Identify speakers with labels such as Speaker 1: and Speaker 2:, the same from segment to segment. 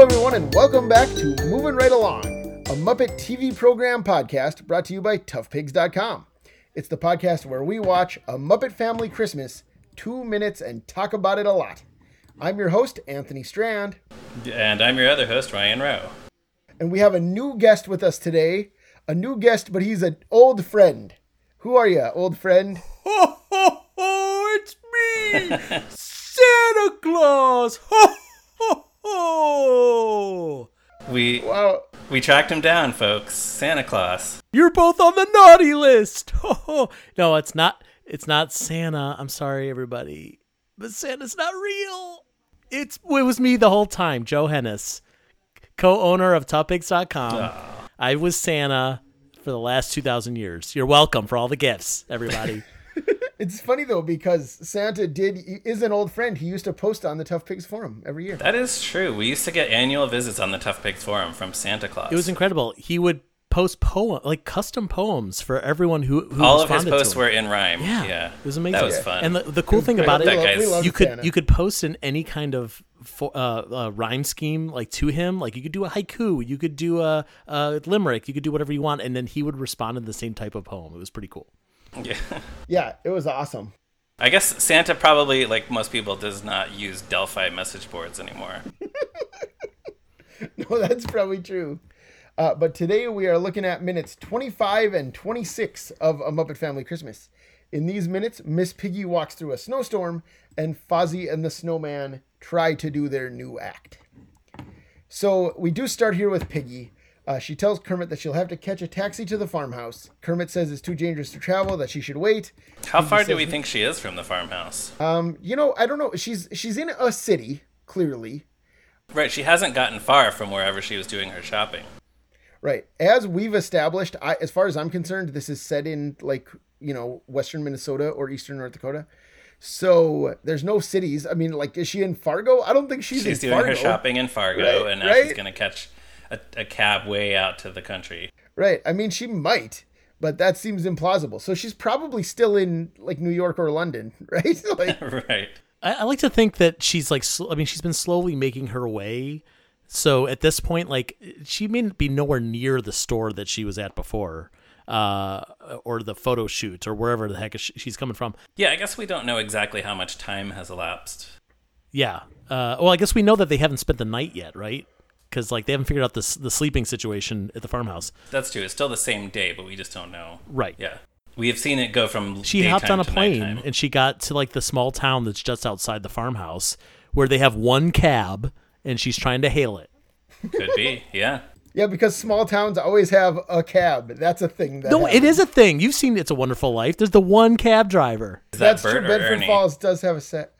Speaker 1: everyone, and welcome back to Moving Right Along, a Muppet TV program podcast brought to you by ToughPigs.com. It's the podcast where we watch A Muppet Family Christmas, two minutes, and talk about it a lot. I'm your host, Anthony Strand,
Speaker 2: And I'm your other host, Ryan Rowe.
Speaker 1: and we have a new guest with us today. A new guest, but he's an old friend. Who are you, old friend?
Speaker 3: Ho ho ho! It's me, Santa Claus! Ho ho ho!
Speaker 2: We
Speaker 1: Wow.
Speaker 2: we tracked him down, folks. Santa Claus.
Speaker 3: You're both on the naughty list. Ho ho! No, it's not. It's not Santa. I'm sorry, everybody, but Santa's not real. It's it was me the whole time, Joe Hennis, co-owner of Topics.com. I was Santa for the last two thousand years. You're welcome for all the gifts, everybody.
Speaker 1: It's funny though because Santa did is an old friend. He used to post on the Tough Pigs forum every year.
Speaker 2: That is true. We used to get annual visits on the Tough Pigs forum from Santa Claus.
Speaker 3: It was incredible. He would post poem like custom poems for everyone who, who
Speaker 2: All of his
Speaker 3: responded to
Speaker 2: posts
Speaker 3: him.
Speaker 2: were in rhyme.
Speaker 3: yeah,
Speaker 2: Yeah.
Speaker 3: It was amazing.
Speaker 2: That was fun.
Speaker 3: And the, the cool thing about
Speaker 2: That
Speaker 3: it,
Speaker 2: guy's-
Speaker 1: loved
Speaker 3: you could
Speaker 1: Santa.
Speaker 3: you could post in any kind of fo- uh, uh, rhyme scheme like to him. Like you could do a haiku, you could do a, a limerick, you could do whatever you want, and then he would respond in the same type of poem. It was pretty cool.
Speaker 2: yeah.
Speaker 1: Yeah, it was awesome.
Speaker 2: I guess Santa probably, like most people, does not use Delphi message boards anymore.
Speaker 1: Well, that's probably true. Uh, but today we are looking at minutes 25 and 26 of A Muppet Family Christmas. In these minutes, Miss Piggy walks through a snowstorm, and Fozzie and the Snowman try to do their new act. So we do start here with Piggy. Uh, she tells Kermit that she'll have to catch a taxi to the farmhouse. Kermit says it's too dangerous to travel, that she should wait.
Speaker 2: How far do we think she is from the farmhouse?
Speaker 1: Um, you know, I don't know. She's she's in a city, clearly.
Speaker 2: right, she hasn't gotten far from wherever she was doing her shopping.
Speaker 1: Right. As we've established, I, as far as I'm concerned, this is set in like, you know, Western Minnesota or Eastern North Dakota. So there's no cities. I mean, like, is she in Fargo? I don't think she's,
Speaker 2: She's
Speaker 1: in
Speaker 2: doing
Speaker 1: Fargo.
Speaker 2: her shopping in Fargo,
Speaker 1: Right,
Speaker 2: and now she's
Speaker 1: right.
Speaker 2: going to catch a, a cab way out to the country.
Speaker 1: Right. I mean, she might, but that seems implausible. So she's probably still in like New York or London, right? like,
Speaker 2: right.
Speaker 3: I, I like to think that she's like, sl- I mean, she's been slowly making her way. So at this point, like, she may be nowhere near the store that she was at before, uh, or the photo shoot, or wherever the heck is she- she's coming from.
Speaker 2: Yeah, I guess we don't know exactly how much time has elapsed.
Speaker 3: Yeah. Uh, well, I guess we know that they haven't spent the night yet, right? Because like they haven't figured out the s- the sleeping situation at the farmhouse.
Speaker 2: That's true. It's still the same day, but we just don't know.
Speaker 3: Right.
Speaker 2: Yeah. We have seen it go from
Speaker 3: She hopped
Speaker 2: daytime
Speaker 3: on a
Speaker 2: to
Speaker 3: plane
Speaker 2: nighttime.
Speaker 3: and she got to like the small town that's just outside the farmhouse, where they have one cab, and she's trying to hail it.
Speaker 2: Could be. Yeah.
Speaker 1: yeah, because small towns always have a cab. That's a thing. That
Speaker 3: No, it
Speaker 1: happens.
Speaker 3: is a thing. You've seen It's a Wonderful Life. There's the one cab driver.
Speaker 2: Is
Speaker 1: That's
Speaker 2: that Bert
Speaker 1: true.
Speaker 2: or
Speaker 1: Bedford
Speaker 2: Ernie?
Speaker 1: Falls does have a set.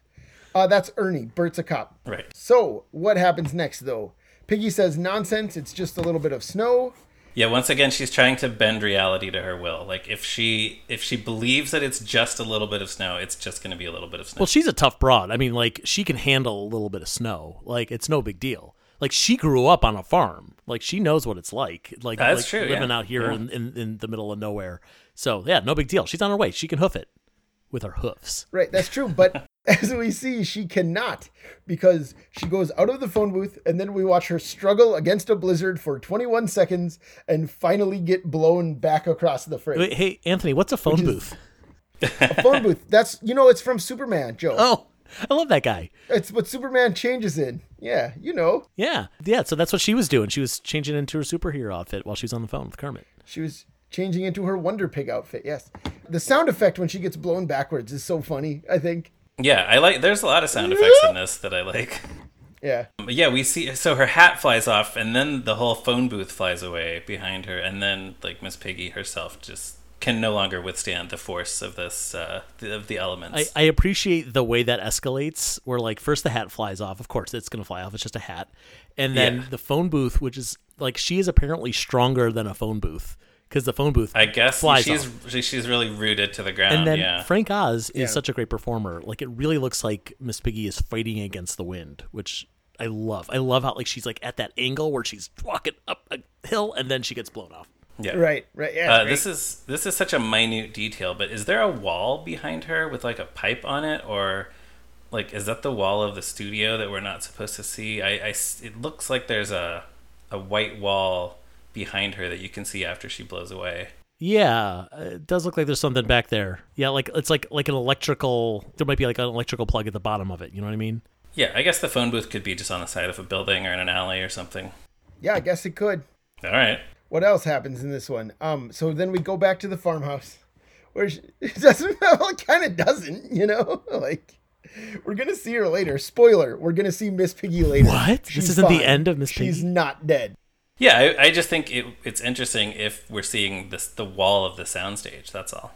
Speaker 1: Uh, that's Ernie. Bert's a cop.
Speaker 2: Right.
Speaker 1: So what happens next, though? Piggy says nonsense. It's just a little bit of snow.
Speaker 2: Yeah. Once again, she's trying to bend reality to her will. Like if she if she believes that it's just a little bit of snow, it's just going to be a little bit of snow.
Speaker 3: Well, she's a tough broad. I mean, like she can handle a little bit of snow. Like it's no big deal. Like she grew up on a farm. Like she knows what it's like. Like
Speaker 2: That's
Speaker 3: like,
Speaker 2: true,
Speaker 3: Living
Speaker 2: yeah.
Speaker 3: out here
Speaker 2: Yeah.
Speaker 3: in, in in the middle of nowhere. So yeah, no big deal. She's on her way. She can hoof it with her hoofs.
Speaker 1: Right. That's true. But as we see, she cannot because she goes out of the phone booth, and then we watch her struggle against a blizzard for 21 seconds, and finally get blown back across the frame.
Speaker 3: Wait, hey, Anthony, what's a phone booth?
Speaker 1: A phone booth. That's you know, it's from Superman, Joe.
Speaker 3: Oh, I love that guy.
Speaker 1: It's what Superman changes in. Yeah, you know.
Speaker 3: Yeah, yeah. So that's what she was doing. She was changing into her superhero outfit while she was on the phone with Kermit.
Speaker 1: She was changing into her Wonder Pig outfit. Yes. The sound effect when she gets blown backwards is so funny, I think.
Speaker 2: yeah. I like. There's a lot of sound effects in this that I like.
Speaker 1: Yeah.
Speaker 2: But yeah. We see. So her hat flies off, and then the whole phone booth flies away behind her, and then like Miss Piggy herself just can no longer withstand the force of this uh, th- of the elements.
Speaker 3: I, I appreciate the way that escalates where like first the hat flies off of course it's going to fly off it's just a hat and then
Speaker 2: Yeah.
Speaker 3: the phone booth which is like she is apparently stronger than a phone booth because the phone booth
Speaker 2: I guess
Speaker 3: flies
Speaker 2: she's
Speaker 3: off.
Speaker 2: she- she's really rooted to the ground.
Speaker 3: and then
Speaker 2: yeah.
Speaker 3: frank oz is
Speaker 1: Yeah.
Speaker 3: such a great performer like it really looks like miss piggy is fighting against the wind which i love i love how like she's like at that angle where she's walking up a hill and then she gets blown off
Speaker 2: yeah.
Speaker 1: Right, right. Yeah.
Speaker 2: Uh,
Speaker 1: right.
Speaker 2: this is this is such a minute detail, but is there a wall behind her with like a pipe on it, or like is that the wall of the studio that we're not supposed to see? I, I s- it looks like there's a a white wall behind her that you can see after she blows away.
Speaker 3: Yeah, uh, it does look like there's something back there. Yeah, like it's like like an electrical. There might be like an electrical plug at the bottom of it. You know what I mean?
Speaker 2: Yeah, I guess the phone booth could be just on the side of a building or in an alley or something.
Speaker 1: Yeah, I guess it could.
Speaker 2: All right.
Speaker 1: What else happens in this one? Um, so then we go back to the farmhouse, where she, it doesn't. Well, it kind of doesn't, you know. like we're gonna see her later. Spoiler: We're gonna see Miss Piggy later.
Speaker 3: What?
Speaker 1: She's
Speaker 3: this isn't
Speaker 1: fine.
Speaker 3: the end of Miss Piggy.
Speaker 1: She's not dead.
Speaker 2: Yeah, I, I just think it, it's interesting if we're seeing this the wall of the soundstage. That's all.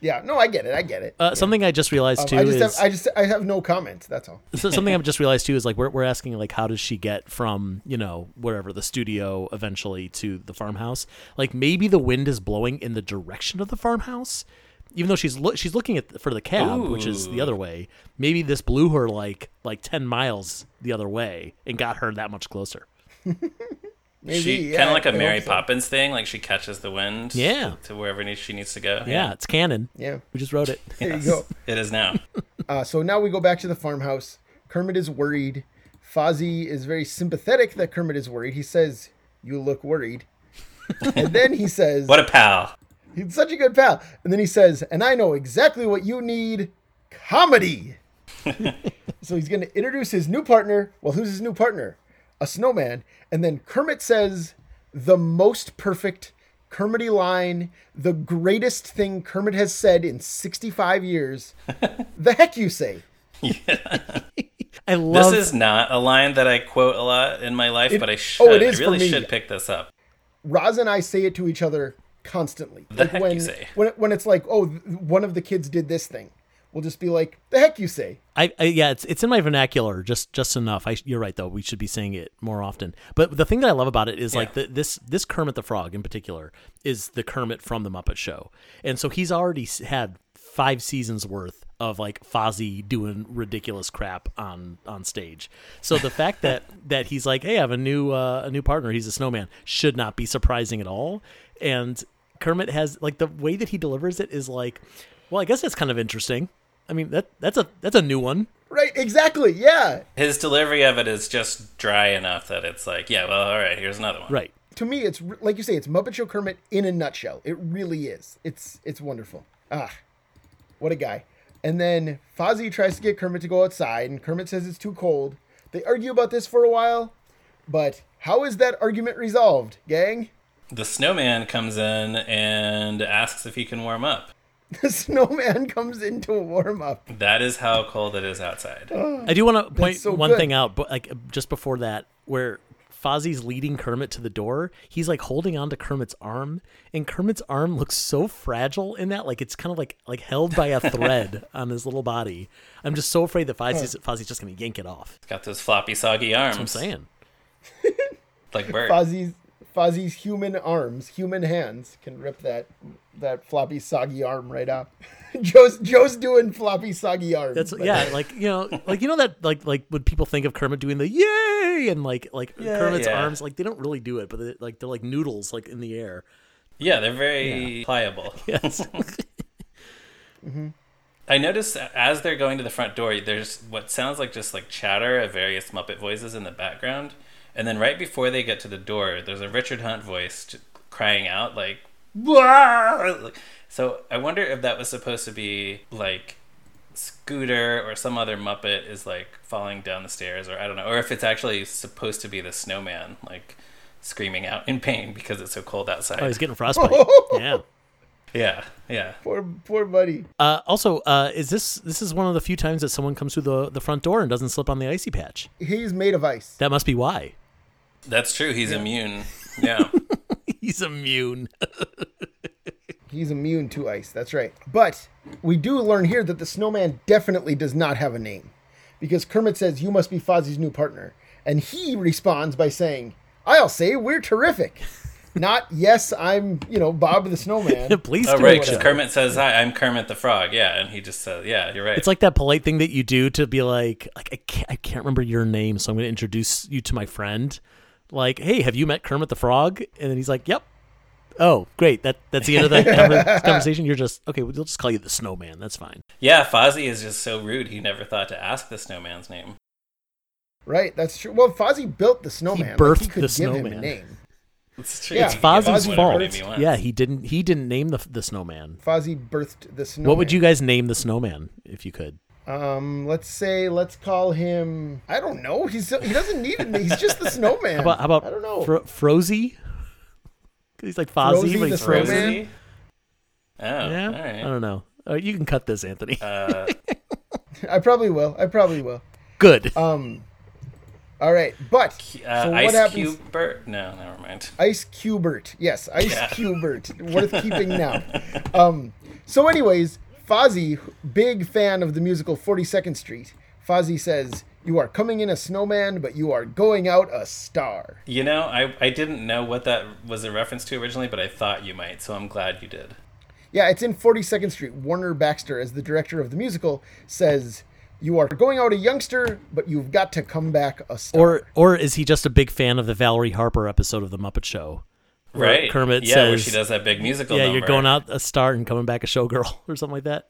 Speaker 1: Yeah. No, I get it. I get it.
Speaker 3: Uh, something I just realized too
Speaker 1: Um, I just
Speaker 3: is
Speaker 1: have, I just I have no comments. That's all.
Speaker 3: so something I've just realized too is like we're we're asking like how does she get from you know wherever the studio eventually to the farmhouse? Like maybe the wind is blowing in the direction of the farmhouse, even though she's loo- she's looking at for the cab, which is the other way. Maybe this blew her like like ten miles the other way and got her that much closer.
Speaker 1: Maybe,
Speaker 2: she
Speaker 1: yeah,
Speaker 2: kind of like
Speaker 1: I
Speaker 2: a
Speaker 1: hope
Speaker 2: Mary
Speaker 1: so.
Speaker 2: Poppins thing. Like she catches the wind.
Speaker 3: Yeah.
Speaker 2: To wherever needs, she needs to go.
Speaker 3: Yeah, it's canon.
Speaker 1: Yeah.
Speaker 3: We just wrote it.
Speaker 1: There you go.
Speaker 2: It is now.
Speaker 1: Uh, so now we go back to the farmhouse. Kermit is worried. Fozzie is very sympathetic that Kermit is worried. He says, "You look worried," and then he says,
Speaker 2: what a pal.
Speaker 1: "He's such a good pal." And then he says, "And I know exactly what you need: comedy." so he's going to introduce his new partner. Well, who's his new partner? A snowman. And then Kermit says, "The most perfect." Kermity line, the greatest thing Kermit has said in 65 years. the heck you say?
Speaker 3: I love
Speaker 2: This is not a line that I quote a lot in my life, but I should.
Speaker 1: oh, it is
Speaker 2: I
Speaker 1: for
Speaker 2: really
Speaker 1: me.
Speaker 2: should pick this up.
Speaker 1: Roz and I say it to each other constantly. The
Speaker 2: heck you
Speaker 1: when,
Speaker 2: say.
Speaker 1: When, when it's like, oh, th- one of the kids did this thing, we'll just be like, the heck you say.
Speaker 3: I, I yeah, it's it's in my vernacular just just enough. I, you're right though. We should be saying it more often. But the thing that I love about it is like the, this this Kermit the Frog in particular is the Kermit from the Muppet Show, and so he's already s- had five seasons worth of like Fozzie doing ridiculous crap on on stage. So the fact that that he's like, hey, I have a new uh, a new partner. He's a snowman. Should not be surprising at all. And Kermit has like the way that he delivers it is like, well, I guess that's kind of interesting. I mean that that's a that's a new one.
Speaker 1: Right, exactly. Yeah.
Speaker 2: His delivery of it is just dry enough that it's like, yeah, well, all right, here's another one.
Speaker 3: Right.
Speaker 1: To me, it's r- like you say, it's Muppet Show Kermit in a nutshell. It really is. It's it's wonderful. Ah, what a guy. And then Fozzie tries to get Kermit to go outside, and Kermit says it's too cold. They argue about this for a while, but how is that argument resolved, gang?
Speaker 2: The snowman comes in and asks if he can warm up.
Speaker 1: The snowman comes in to warm up.
Speaker 2: That is how cold it is outside.
Speaker 3: I do want to point
Speaker 1: so
Speaker 3: one
Speaker 1: good.
Speaker 3: thing out, but like just before that, where Fozzie's leading Kermit to the door, he's like holding on to Kermit's arm, and Kermit's arm looks so fragile in that, like it's kind of like like held by a thread on his little body. I'm just so afraid that Fozzie's, Fozzie's just gonna yank it off.
Speaker 2: It's got those floppy, soggy arms.
Speaker 3: I'm saying
Speaker 2: Like Bert.
Speaker 1: Fozzie's Fozzie's human arms, human hands can rip that that floppy soggy arm right off. Joe's Joe's doing floppy soggy arms.
Speaker 3: that's
Speaker 1: but-
Speaker 3: yeah, like you know, like you know that like like when people think of Kermit doing the yay and like like Kermit's
Speaker 2: Yeah.
Speaker 3: arms, like they don't really do it, but they, like they're like noodles like in the air.
Speaker 2: Yeah, they're very pliable.
Speaker 3: Yes.
Speaker 2: I notice as they're going to the front door, there's what sounds like just like chatter of various Muppet voices in the background. And then right before they get to the door, there's a Richard Hunt voice j- crying out, like, "Wah!" So I wonder if that was supposed to be like Scooter or some other Muppet is like falling down the stairs, or I don't know, or if it's actually supposed to be the snowman, like screaming out in pain because it's so cold outside.
Speaker 3: Oh, he's getting frostbite. yeah.
Speaker 2: yeah, yeah.
Speaker 1: Poor poor buddy.
Speaker 3: Uh, also, uh, is this this is one of the few times that someone comes through the, the front door and doesn't slip on the icy patch?
Speaker 1: He's made of ice.
Speaker 3: That must be why
Speaker 2: That's true. He's immune. Yeah.
Speaker 3: he's immune.
Speaker 1: He's immune to ice. That's right. But we do learn here that the snowman definitely does not have a name, because Kermit says you must be Fozzie's new partner, and he responds by saying, "I'll say we're terrific." Not yes, I'm you know Bob the Snowman.
Speaker 3: Please
Speaker 2: Oh,
Speaker 3: do
Speaker 2: right.
Speaker 3: it.
Speaker 2: 'cause Kermit says, "Hi, I'm Kermit the Frog." Yeah, and he just says, "Yeah, you're right."
Speaker 3: It's like that polite thing that you do to be like, like I can't, I can't remember your name, so I'm going to introduce you to my friend. Like, hey, have you met Kermit the Frog? And then he's like, Yep. Oh, great. That that's the end of that conver- conversation. You're just okay. We'll just call you the snowman. That's fine.
Speaker 2: Yeah, Fozzie is just so rude. He never thought to ask the snowman's name.
Speaker 1: Right, that's true. Well, Fozzie built the snowman. Like,
Speaker 3: birthed
Speaker 1: he could
Speaker 3: the
Speaker 1: give Him a
Speaker 3: snowman.
Speaker 1: name.
Speaker 2: It's true.
Speaker 1: Yeah,
Speaker 2: He
Speaker 1: It's
Speaker 2: can give him
Speaker 3: Fozzie's
Speaker 1: Fozzie
Speaker 2: whatever name
Speaker 3: fault.
Speaker 2: he wants.
Speaker 3: Yeah, he didn't. He didn't name the the snowman.
Speaker 1: Fozzie birthed the snowman.
Speaker 3: What would you guys name the snowman if you could?
Speaker 1: Um, let's say let's call him. I don't know. He's he doesn't need it. He's just the snowman.
Speaker 3: How about how about
Speaker 1: I don't know.
Speaker 3: Fro- Frozy? 'Cause he's like Fozzie.
Speaker 1: Frozy
Speaker 3: but
Speaker 1: the
Speaker 3: he's
Speaker 1: snowman?
Speaker 3: frozen.
Speaker 2: Rosie? Oh,
Speaker 3: Yeah,
Speaker 2: all right.
Speaker 3: I don't know. Uh, you can cut this, Anthony.
Speaker 2: Uh,
Speaker 1: I probably will. I probably will.
Speaker 3: Good.
Speaker 1: Um, all right, but
Speaker 2: uh,
Speaker 1: so what
Speaker 2: Ice
Speaker 1: happens?
Speaker 2: Cube Bert? No, never mind.
Speaker 1: Ice Cubert. Yes, Ice
Speaker 2: Yeah.
Speaker 1: Cubert. Worth keeping now. Um, so, anyways, Fozzie, big fan of the musical 42nd Street, Fozzie says, You are coming in a snowman, but you are going out a star.
Speaker 2: You know, I, I didn't know what that was a reference to originally, but I thought you might, so I'm glad you did.
Speaker 1: Yeah, it's in 42nd Street. Warner Baxter, as the director of the musical, says, You are going out a youngster, but you've got to come back a star.
Speaker 3: or or is he just a big fan of the Valerie Harper episode of the Muppet Show? Where
Speaker 2: Right.
Speaker 3: Kermit
Speaker 2: yeah, where
Speaker 3: says,
Speaker 2: she does that big musical
Speaker 3: Yeah,
Speaker 2: number.
Speaker 3: you're going out a star and coming back a showgirl or something like that.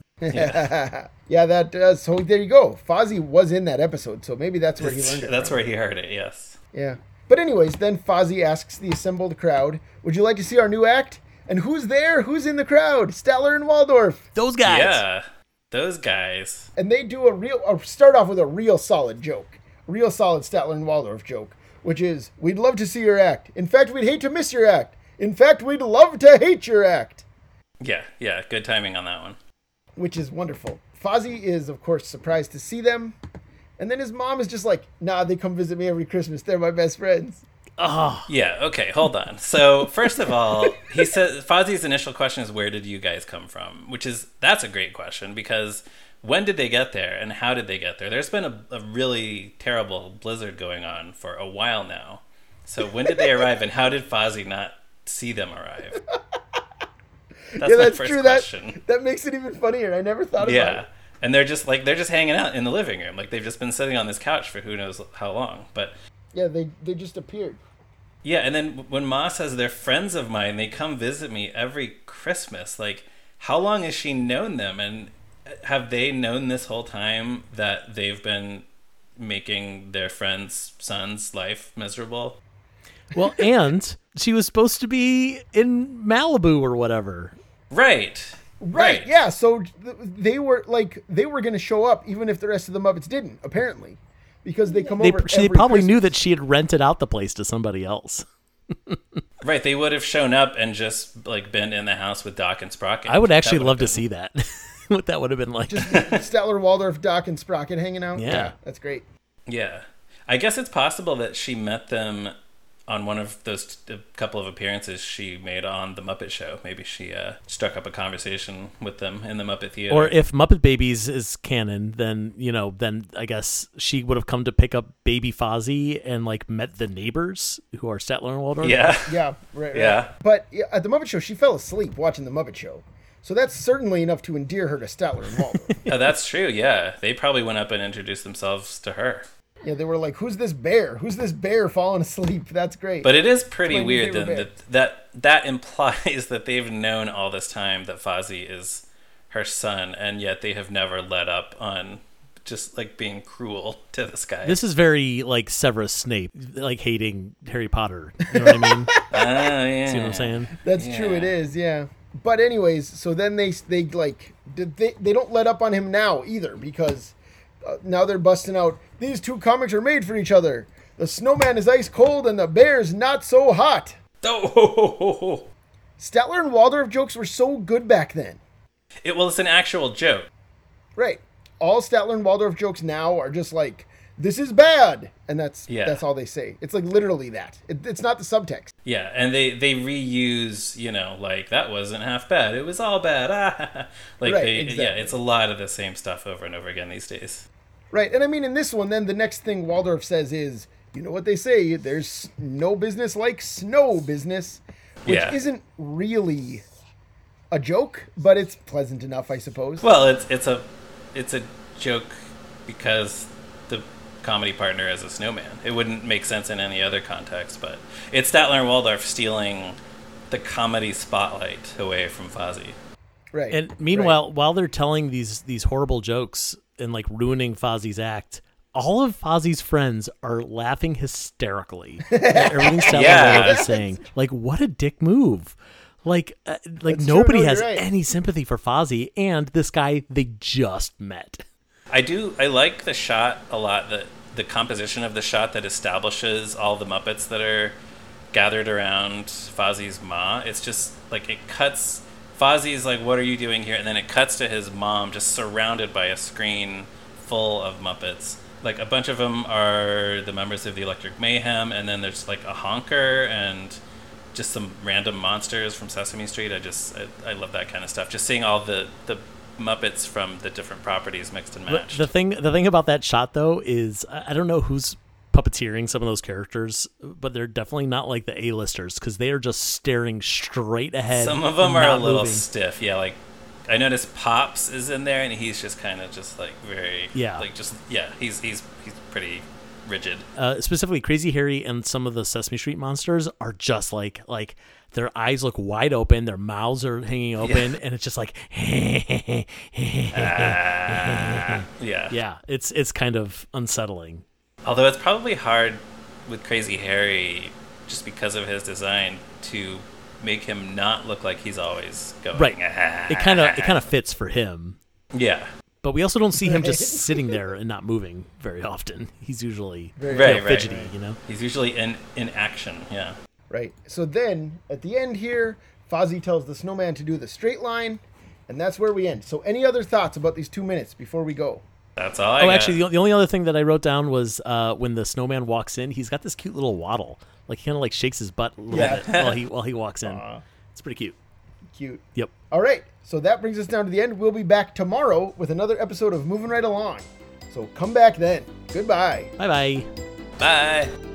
Speaker 1: yeah, that does. So, there you go. Fozzie was in that episode, so maybe that's where he learned it.
Speaker 2: That's where he heard it, yes.
Speaker 1: Yeah. But anyways, then Fozzie asks the assembled crowd, "Would you like to see our new act?" And who's there? Who's in the crowd? Stellar and Waldorf.
Speaker 3: Those guys.
Speaker 2: Yeah. Those guys.
Speaker 1: And they do a real or start off with a real solid joke. Real solid Statler and Waldorf joke, which is, "We'd love to see your act. In fact, we'd hate to miss your act. In fact, we'd love to hate your act."
Speaker 2: Yeah, yeah, good timing on that one.
Speaker 1: Which is wonderful. Fozzie is of course surprised to see them. And then his mom is just like, "Nah, they come visit me every Christmas. They're my best friends."
Speaker 2: Yeah, okay, hold on. So, first of all, he says Fozzie's initial question is where did you guys come from? Which is that's a great question because when did they get there and how did they get there? There's been a, a really terrible blizzard going on for a while now. So, when did they arrive and how did Fozzie not see them arrive? That's
Speaker 1: Yeah,
Speaker 2: my
Speaker 1: that's
Speaker 2: first
Speaker 1: true.
Speaker 2: question.
Speaker 1: That that makes it even funnier. I never thought about it.
Speaker 2: Yeah. And they're just like they're just hanging out in the living room. Like they've just been sitting on this couch for who knows how long. But
Speaker 1: Yeah, they they just appeared.
Speaker 2: yeah, and then when Ma says they're friends of mine, they come visit me every Christmas. Like how long has she known them and uh, have they known this whole time that they've been making their friend's son's life miserable?
Speaker 3: Well, and she was supposed to be in Malibu or whatever.
Speaker 2: Right.
Speaker 1: Right. Yeah. So th- they were like they were going to show up even if the rest of the Muppets didn't apparently, because they come
Speaker 3: They,
Speaker 1: over.
Speaker 3: she, they
Speaker 1: every
Speaker 3: probably
Speaker 1: Christmas.
Speaker 3: knew that she had rented out the place to somebody else.
Speaker 2: Right. They would have shown up and just like been in the house with Doc and Sprocket.
Speaker 3: I would
Speaker 2: That
Speaker 3: actually
Speaker 2: have
Speaker 3: love to
Speaker 2: been-
Speaker 3: see that. what that would have been like.
Speaker 1: Statler, Waldorf, Doc, and Sprocket hanging out.
Speaker 3: Yeah.
Speaker 1: that's great.
Speaker 2: Yeah. I guess it's possible that she met them on one of those t- a couple of appearances she made on The Muppet Show. Maybe she uh, struck up a conversation with them in the Muppet Theater.
Speaker 3: or if Muppet Babies is canon, then you know, then I guess she would have come to pick up baby Fozzie and like met the neighbors who are Statler and Waldorf.
Speaker 2: yeah.
Speaker 1: Yeah. Right. right.
Speaker 2: Yeah.
Speaker 1: But yeah, at the Muppet Show, she fell asleep watching the Muppet Show, so that's certainly enough to endear her to Statler and Waldorf.
Speaker 2: Oh, that's true. Yeah. They probably went up and introduced themselves to her.
Speaker 1: yeah, they were like, "Who's this bear? Who's this bear falling asleep?" That's great.
Speaker 2: But it is pretty
Speaker 1: Explain
Speaker 2: weird
Speaker 1: the
Speaker 2: then
Speaker 1: favorite
Speaker 2: that, that that implies that they've known all this time that Fozzie is her son, and yet they have never let up on just like being cruel to this guy.
Speaker 3: This is very like Severus Snape, like hating Harry Potter. You know what I mean?
Speaker 2: oh, yeah.
Speaker 3: See what I'm saying?
Speaker 1: That's true. It is, yeah. But anyways, so then they they like did they they don't let up on him now either because uh, now they're busting out these two comics are made for each other. The snowman is ice cold and the bear's not so hot.
Speaker 2: Oh, ho, ho, ho, ho.
Speaker 1: Statler and Waldorf jokes were so good back then,
Speaker 2: It, well, it's an actual joke.
Speaker 1: right? All Statler and Waldorf jokes now are just like this is bad, and that's
Speaker 2: Yeah.
Speaker 1: that's all they say. It's like literally that. It, it's not the subtext.
Speaker 2: Yeah, and they they reuse you know like that wasn't half bad. It was all bad. Ah. like
Speaker 1: Right,
Speaker 2: they yeah,
Speaker 1: exactly.
Speaker 2: it's a lot of the same stuff over and over again these days.
Speaker 1: Right, and I mean in this one, then the next thing Waldorf says is, you know what they say? There's no business like snow business, which
Speaker 2: Yeah.
Speaker 1: isn't really a joke, but it's pleasant enough, I suppose.
Speaker 2: Well, it's it's a it's a joke because the comedy partner is a snowman. It wouldn't make sense in any other context, but it's Statler and Waldorf stealing the comedy spotlight away from Fozzie.
Speaker 1: Right.
Speaker 3: And meanwhile, while they're telling these these horrible jokes and like ruining Fozzie's act, all of Fozzie's friends are laughing hysterically. at Everything Salvador
Speaker 2: Yeah.
Speaker 3: is saying, like, what a dick move. Like, uh, like
Speaker 1: That's true.
Speaker 3: nobody
Speaker 1: No,
Speaker 3: has
Speaker 1: you're right.
Speaker 3: any sympathy for Fozzie and this guy they just met.
Speaker 2: I do. I like the shot a lot. That the composition of the shot that establishes all the Muppets that are gathered around Fozzie's ma. It's just like it cuts. Fozzie's like, "What are you doing here?" And then it cuts to his mom, just surrounded by a screen full of Muppets. Like a bunch of them are the members of the Electric Mayhem, and then there's like a honker and just some random monsters from Sesame Street. I just I, I love that kind of stuff. Just seeing all the the Muppets from the different properties mixed and matched.
Speaker 3: The thing, the thing about that shot though is I I don't know who's puppeteering some of those characters, but they're definitely not like the A-listers because they are just staring straight ahead.
Speaker 2: Some of them
Speaker 3: and
Speaker 2: are a
Speaker 3: not
Speaker 2: little
Speaker 3: moving.
Speaker 2: stiff. Yeah, like I noticed Pops is in there, and he's just kind of just like very
Speaker 3: Yeah.
Speaker 2: like just yeah. He's he's he's pretty rigid.
Speaker 3: uh, specifically Crazy Harry and some of the Sesame Street monsters are just like like their eyes look wide open, their mouths are hanging open, and it's just like
Speaker 2: Yeah.
Speaker 3: yeah, it's it's kind of unsettling.
Speaker 2: Although it's probably hard with Crazy Harry just because of his design to make him not look like he's always going.
Speaker 3: Right.
Speaker 2: "Ah."
Speaker 3: It kind of it kind of fits for him,
Speaker 2: yeah.
Speaker 3: but we also don't see him just sitting there and not moving very often. He's usually you know,
Speaker 2: Right, right,
Speaker 3: fidgety,
Speaker 2: right.
Speaker 3: you know.
Speaker 2: He's usually in in action. Yeah.
Speaker 1: Right. So then at the end here, Fozzie tells the snowman to do the straight line, and that's where we end. So any other thoughts about these two minutes before we go?
Speaker 2: That's all I
Speaker 3: Oh,
Speaker 2: got.
Speaker 3: actually, the, the only other thing that I wrote down was uh, when the snowman walks in, he's got this cute little waddle. Like he kind of like shakes his butt a little
Speaker 1: Yeah.
Speaker 3: bit while he while he walks in. It's pretty cute.
Speaker 1: Cute.
Speaker 3: Yep.
Speaker 1: All right. So that brings us down to the end. We'll be back tomorrow with another episode of Moving Right Along. So come back then. Goodbye.
Speaker 3: Bye bye.
Speaker 2: Bye.